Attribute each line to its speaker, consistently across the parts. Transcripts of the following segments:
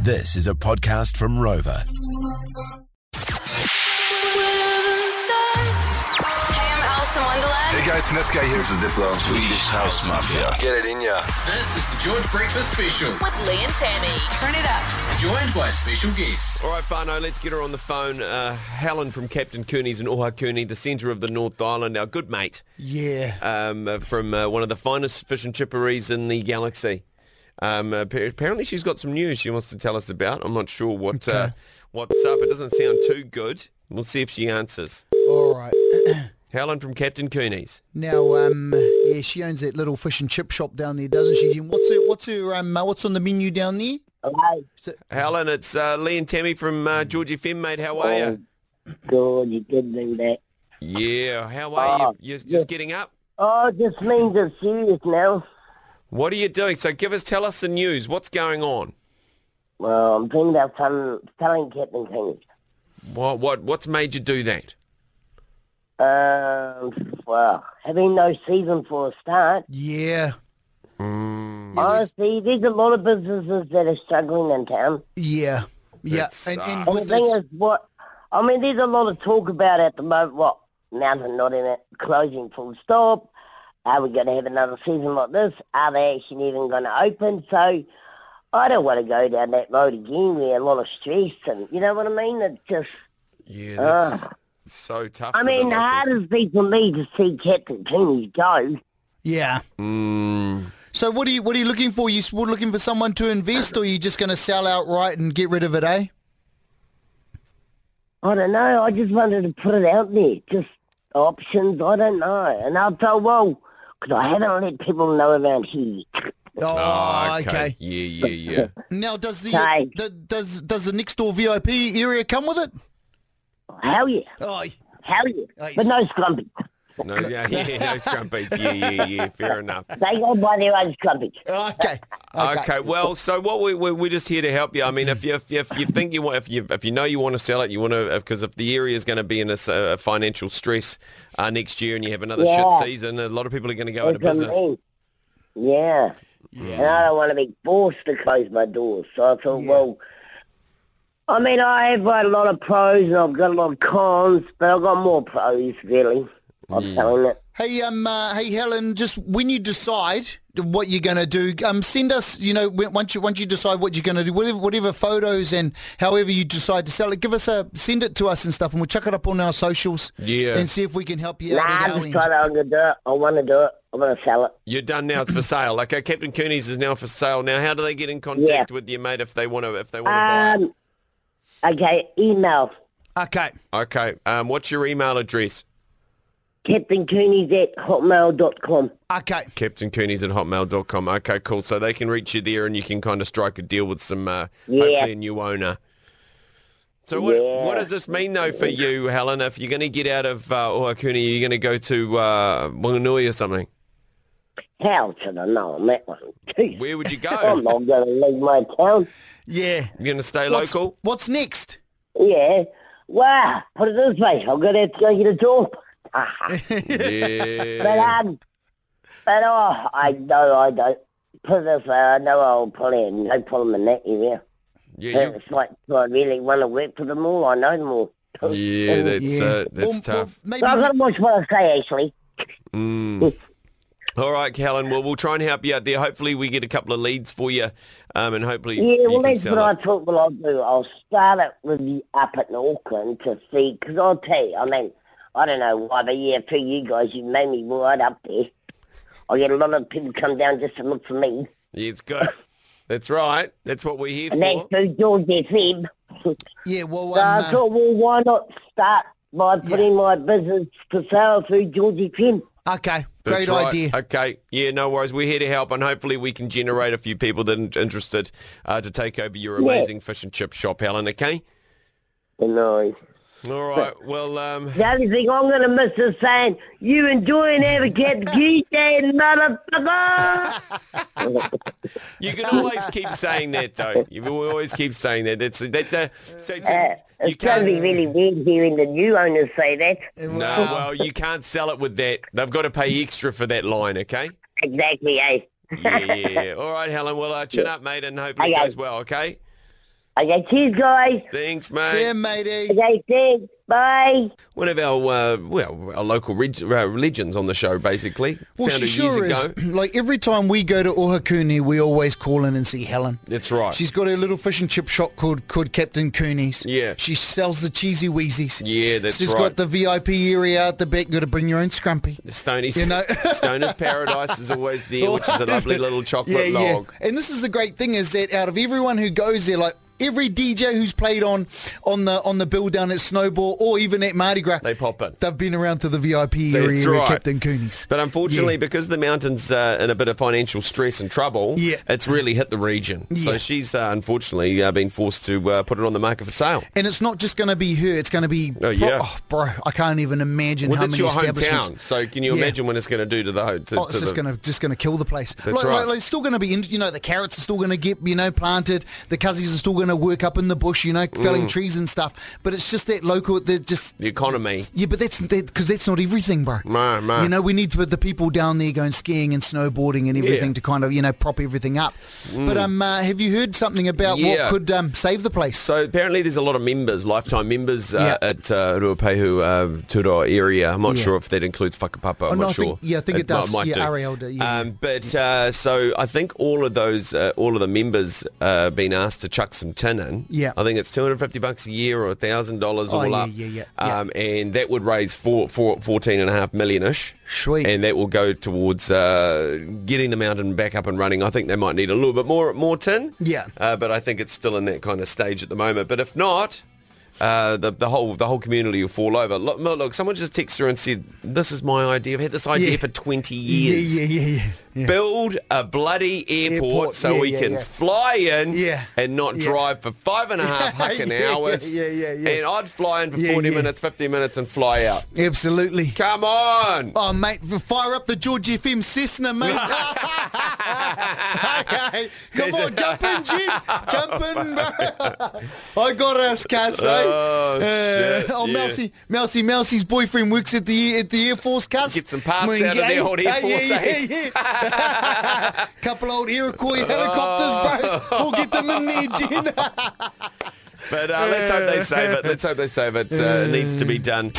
Speaker 1: This is a podcast from Rover.
Speaker 2: Hey, I'm Alice in Wonderland.
Speaker 3: Hey guys, Niska here. This is Diplo. Swedish House Mafia. Get it in ya.
Speaker 4: This is the George Breakfast Special,
Speaker 5: with Lee and Tammy.
Speaker 2: Turn it up.
Speaker 4: joined by special guest.
Speaker 6: All right, Farno, let's get her on the phone. Uh, Helen from Captain Cooney's in Oha Cooney, the centre of the North Island. Our good mate
Speaker 7: Yeah.
Speaker 6: um, uh, from uh, one of the finest fish and chipperies in the galaxy. Um, uh, appa- apparently she's got some news she wants to tell us about. I'm not sure what uh, what's up. It doesn't sound too good. We'll see if she answers.
Speaker 7: All right.
Speaker 6: Helen from Captain Cooney's.
Speaker 7: Now, um, yeah, she owns that little fish and chip shop down there, doesn't she? And What's her, what's her, um, uh, what's on the menu down there?
Speaker 6: Helen, it's uh, Lee and Tammy from uh, Georgie FM, mate. How are you?
Speaker 8: God, you did do that.
Speaker 6: Yeah, how are you? You're just getting up?
Speaker 8: Oh, this means I'm serious now.
Speaker 6: What are you doing? So give us, tell us the news. What's going on?
Speaker 8: Well, I'm thinking about tell- telling Captain King.
Speaker 6: What, what what's made you do that?
Speaker 8: Um, well, having no season for a start.
Speaker 7: Yeah.
Speaker 6: Mm.
Speaker 8: Honestly, there's a lot of businesses that are struggling in town.
Speaker 7: Yeah. Yeah.
Speaker 6: That
Speaker 7: And, and
Speaker 6: sucks.
Speaker 8: And
Speaker 7: with
Speaker 8: the thing
Speaker 7: this-
Speaker 8: is, what, I mean, there's a lot of talk about it at the moment, what, now they're not in it, closing full stop. Are we going to have another season like this? Are they actually even going to open? So I don't want to go down that road again where a lot of stress and, you know what I mean? It's just,
Speaker 6: Yeah, that's so tough.
Speaker 8: Ah. I
Speaker 6: for the
Speaker 8: mean, the
Speaker 6: locals.
Speaker 8: hardest thing for me to see Captain Cooney go.
Speaker 7: yeah.
Speaker 6: Mm.
Speaker 7: So what are you, what are you looking for? You s- were looking for someone to invest or are you just going to sell outright and get rid of it, eh?
Speaker 8: I don't know. I just wanted to put it out there. Just options. I don't know. And I thought, well, because I haven't let people know around here. yet.
Speaker 7: Oh,
Speaker 6: Oh,
Speaker 7: okay.
Speaker 6: Yeah, yeah, yeah.
Speaker 7: Now, does the,
Speaker 8: Okay.
Speaker 7: the does does the next door VIP area come with it?
Speaker 8: Hell yeah.
Speaker 7: Oh,
Speaker 8: Hell yeah.
Speaker 7: Nice.
Speaker 8: But no scrumpy.
Speaker 6: No, yeah, yeah, no scrum beats. Yeah, yeah, yeah. Fair enough.
Speaker 8: They go by their own scrumpy.
Speaker 7: okay.
Speaker 6: Okay. well, so what we we- we're just here to help you. I mean, if you if, you- if you think you want if you if you know you want to sell it, you want to because if the area is going to be in a s- uh, financial stress uh, next year, and you have another
Speaker 8: Yeah.
Speaker 6: shit season, a lot of people are going to go out of
Speaker 8: That's what I
Speaker 6: business.
Speaker 8: mean. Yeah. And I don't want to be forced to close my doors. So I thought, well, I mean, I have got a lot of pros and I've got a lot of cons, but I've got more pros, really. I'm telling it.
Speaker 7: Hey, um, uh, hey, Helen. Just when you decide what you're going to do, um, send us. You know, when- once you once you decide what you're going to do, whatever, whatever photos and however you decide to sell it, give us a send it to us and stuff, and we'll chuck it up on our socials.
Speaker 6: Yeah.
Speaker 7: and see if we can help you
Speaker 8: Nah,
Speaker 7: out. at
Speaker 8: I'm
Speaker 7: our
Speaker 8: just
Speaker 7: end.
Speaker 8: trying to, I'm gonna do it. I want to do it. I'm going to sell it.
Speaker 6: You're done now. It's for sale. Okay, Captain Cooney's is now for sale. Now, how do they get in contact
Speaker 8: Yeah.
Speaker 6: with you, mate, if they want to if they want to buy? It?
Speaker 8: Um, okay, email.
Speaker 7: Okay.
Speaker 6: Okay. Um, what's your email address?
Speaker 8: Captain Cooney's at hotmail.com.
Speaker 7: Okay.
Speaker 6: CaptainCoonies at hotmail.com. Okay, cool. So they can reach you there and you can kind of strike a deal with some, uh,
Speaker 8: Yeah.
Speaker 6: hopefully a new owner. So what, what
Speaker 8: Yeah.
Speaker 6: does this mean, though, for you, Helen? If you're going to get out of uh, Ohakuni, you're going to go to uh, Whanganui or something.
Speaker 8: How should I know on that one? Jeez,
Speaker 6: Where would you
Speaker 8: I'm
Speaker 6: go?
Speaker 8: not going to leave my town.
Speaker 7: Yeah.
Speaker 6: you're going to stay
Speaker 7: What's,
Speaker 6: local?
Speaker 7: what's next?
Speaker 8: Yeah. Wow. Put it this way. I'm going to have to go get a job. But,
Speaker 6: yeah.
Speaker 8: um, but oh, I know I don't. Put it this way. I know I'll probably have no problem in that area.
Speaker 6: Yeah,
Speaker 8: But
Speaker 6: you,
Speaker 8: It's like, do I really want to work for them all? I know them all. oh,
Speaker 6: yeah, that's, Uh, that's
Speaker 7: Or- or
Speaker 6: tough. Hmm.
Speaker 7: maybe.
Speaker 8: So I've got to watch what I say, actually.
Speaker 6: All right, Helen. Well, we'll try and help you out there. Hopefully, we get a couple of leads for you, um, and hopefully,
Speaker 8: Yeah,
Speaker 6: you
Speaker 8: well,
Speaker 6: can
Speaker 8: that's
Speaker 6: sell
Speaker 8: what I
Speaker 6: it.
Speaker 8: thought what I'll do. I'll start it with you up at Auckland to see, because I'll tell you, I mean, I don't know why, but yeah, for you guys, you made me right up there. I get a lot of people come down just to look for me.
Speaker 6: Yeah, it's good. That's right. That's what we're here
Speaker 8: And that's
Speaker 6: for.
Speaker 8: for George FM. so
Speaker 7: Yeah. Well. Um,
Speaker 8: I
Speaker 7: uh,
Speaker 8: thought, well, why not start by putting my business for sale through George FM?
Speaker 7: uh, okay.
Speaker 6: That's
Speaker 7: Great
Speaker 6: right.
Speaker 7: idea.
Speaker 6: Okay. Yeah, no worries. We're here to help, and hopefully we can generate a few people that are interested uh, to take over your
Speaker 8: Yeah.
Speaker 6: amazing fish and chip shop, Helen, okay?
Speaker 8: And I,
Speaker 6: All right. Well, um,
Speaker 8: the only thing I'm going to miss is saying, you enjoy and have a good weekend, motherfucker!
Speaker 6: you can always keep saying that, though. You will always keep saying that. That's that. Uh, so to-
Speaker 8: Uh,
Speaker 6: you
Speaker 8: it's going to be
Speaker 6: can't.
Speaker 8: really weird hearing the new owners say that.
Speaker 6: No, well, you can't sell it with that. They've got to pay extra for that line, okay?
Speaker 8: Exactly, eh?
Speaker 6: Yeah, yeah, yeah. All right, Helen. Well, uh, chin up, mate, and hopefully it
Speaker 8: Okay.
Speaker 6: goes well, okay?
Speaker 8: Okay, cheers, guys.
Speaker 6: Thanks, mate.
Speaker 7: See ya, matey.
Speaker 8: Okay, thanks. Bye.
Speaker 6: One of our uh, well, our local reg- uh, legends on the show, basically.
Speaker 7: Well,
Speaker 6: Founded
Speaker 7: she sure
Speaker 6: years
Speaker 7: is.
Speaker 6: ago.
Speaker 7: Like every time we go to Ohakune, we always call in and see Helen.
Speaker 6: That's right.
Speaker 7: She's got her little fish and chip shop called called Captain Cooney's.
Speaker 6: Yeah.
Speaker 7: She sells the cheesy wheezies.
Speaker 6: Yeah, that's
Speaker 7: She's
Speaker 6: right.
Speaker 7: got the VIP area out the back. You got to bring your own scrumpy.
Speaker 6: Stoney's,
Speaker 7: You know-
Speaker 6: Stoner's Paradise is always there, which is a lovely little chocolate
Speaker 7: yeah, yeah.
Speaker 6: log.
Speaker 7: And this is the great thing is that out of everyone who goes there, like every DJ who's played on on the on the bill down at Snowball or even at Mardi Gras,
Speaker 6: They pop in.
Speaker 7: They've been around to the VIP
Speaker 6: That's
Speaker 7: area
Speaker 6: right.
Speaker 7: at Captain Cooney's.
Speaker 6: But unfortunately,
Speaker 7: Yeah.
Speaker 6: because the mountain's uh, in a bit of financial stress and trouble,
Speaker 7: Yeah.
Speaker 6: it's really hit the region. So
Speaker 7: Yeah.
Speaker 6: she's uh, unfortunately uh, been forced to uh, put it on the market for sale.
Speaker 7: And it's not just going to be her. It's going to be,
Speaker 6: Oh, yeah.
Speaker 7: oh, bro, I can't even imagine
Speaker 6: Well,
Speaker 7: how
Speaker 6: that's
Speaker 7: many
Speaker 6: your
Speaker 7: establishments.
Speaker 6: hometown, so can you
Speaker 7: Yeah.
Speaker 6: imagine what it's going to do to the ho- to,
Speaker 7: Oh, it's
Speaker 6: to
Speaker 7: just
Speaker 6: the-
Speaker 7: gonna just gonna kill the place.
Speaker 6: That's
Speaker 7: like,
Speaker 6: right.
Speaker 7: like, like, it's still gonna be, in, you know, the carrots are still gonna get, you know, planted. The cuzzies are still gonna work up in the bush, you know,
Speaker 6: Mm.
Speaker 7: felling trees and stuff. But it's just that local, they're just
Speaker 6: the economy?
Speaker 7: yeah. But that's because that's not everything, bro.
Speaker 6: No, no.
Speaker 7: You know, we need to, the people down there going skiing and snowboarding and
Speaker 6: Yeah.
Speaker 7: everything
Speaker 6: Mm.
Speaker 7: to kind of you know prop everything up. But um, uh, have you heard something about
Speaker 6: Yeah.
Speaker 7: what could um, save the place?
Speaker 6: So apparently there's a lot of members, lifetime members uh,
Speaker 7: Yeah.
Speaker 6: at uh, Ruapehu, uh, Turo area. I'm not
Speaker 7: Yeah.
Speaker 6: sure if that includes Whakapapa. I'm
Speaker 7: Oh, no,
Speaker 6: not
Speaker 7: I
Speaker 6: sure.
Speaker 7: think- yeah, I think it
Speaker 6: mi-
Speaker 7: does.
Speaker 6: might
Speaker 7: Yeah,
Speaker 6: do.
Speaker 7: RALD, yeah.
Speaker 6: Um, but uh, so I think all of those, uh, all of the members uh, been asked to chuck some tin in.
Speaker 7: Yeah. Oh,
Speaker 6: I think it's 250 bucks a year or $1,000 all
Speaker 7: yeah,
Speaker 6: up.
Speaker 7: yeah, yeah, yeah.
Speaker 6: Um, and that would raise four, four, 14 and a half million-ish.
Speaker 7: Sweet.
Speaker 6: And that will go towards uh, getting the mountain back up and running. I think they might need a little bit more, more tin.
Speaker 7: Yeah.
Speaker 6: Uh, but I think it's still in that kind of stage at the moment. But if not, uh, the, the whole the whole community will fall over. Look, look, look, someone just texted her and said, "This is my idea. I've had this idea
Speaker 7: Yeah.
Speaker 6: for 20
Speaker 7: Yeah,
Speaker 6: years.
Speaker 7: yeah, yeah, yeah. yeah.
Speaker 6: Build a bloody airport,
Speaker 7: Airport,
Speaker 6: so
Speaker 7: yeah,
Speaker 6: we
Speaker 7: yeah,
Speaker 6: can
Speaker 7: yeah.
Speaker 6: fly in
Speaker 7: Yeah,
Speaker 6: and not
Speaker 7: yeah.
Speaker 6: drive for five and a half hucking
Speaker 7: Yeah, yeah,
Speaker 6: hours.
Speaker 7: yeah, yeah, yeah.
Speaker 6: And I'd fly in for
Speaker 7: Yeah,
Speaker 6: 40
Speaker 7: yeah.
Speaker 6: minutes, 50 minutes, and fly out.
Speaker 7: Absolutely.
Speaker 6: Come on!
Speaker 7: Oh, mate, fire up the George FM Cessna, mate.
Speaker 6: Oh,
Speaker 7: okay. Come on, jump in, Jim. Jump in, bro. I got us, Cass, eh?
Speaker 6: Oh,
Speaker 7: Uh,
Speaker 6: shit,
Speaker 7: oh,
Speaker 6: yeah.
Speaker 7: Mousy, Mousy, Mousy's boyfriend works at the at the Air Force, Cass.
Speaker 6: Get some parts
Speaker 7: Mwingi.
Speaker 6: out of the old Air
Speaker 7: Hey,
Speaker 6: Force,
Speaker 7: yeah,
Speaker 6: eh?
Speaker 7: yeah, yeah. Couple old Iroquois helicopters, bro. We'll get them in there, Jim.
Speaker 6: But uh, let's hope they save it. Let's hope they save it. Uh, it needs to be done.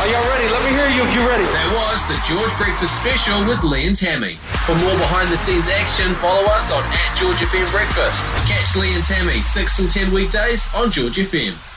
Speaker 5: Are y'all ready? Let me hear you if you're ready.
Speaker 4: That was the George Breakfast Special with Lee and Tammy. For more behind the scenes action, follow us on at George FM Breakfast. Catch Lee and Tammy 6 till 10 weekdays on George FM.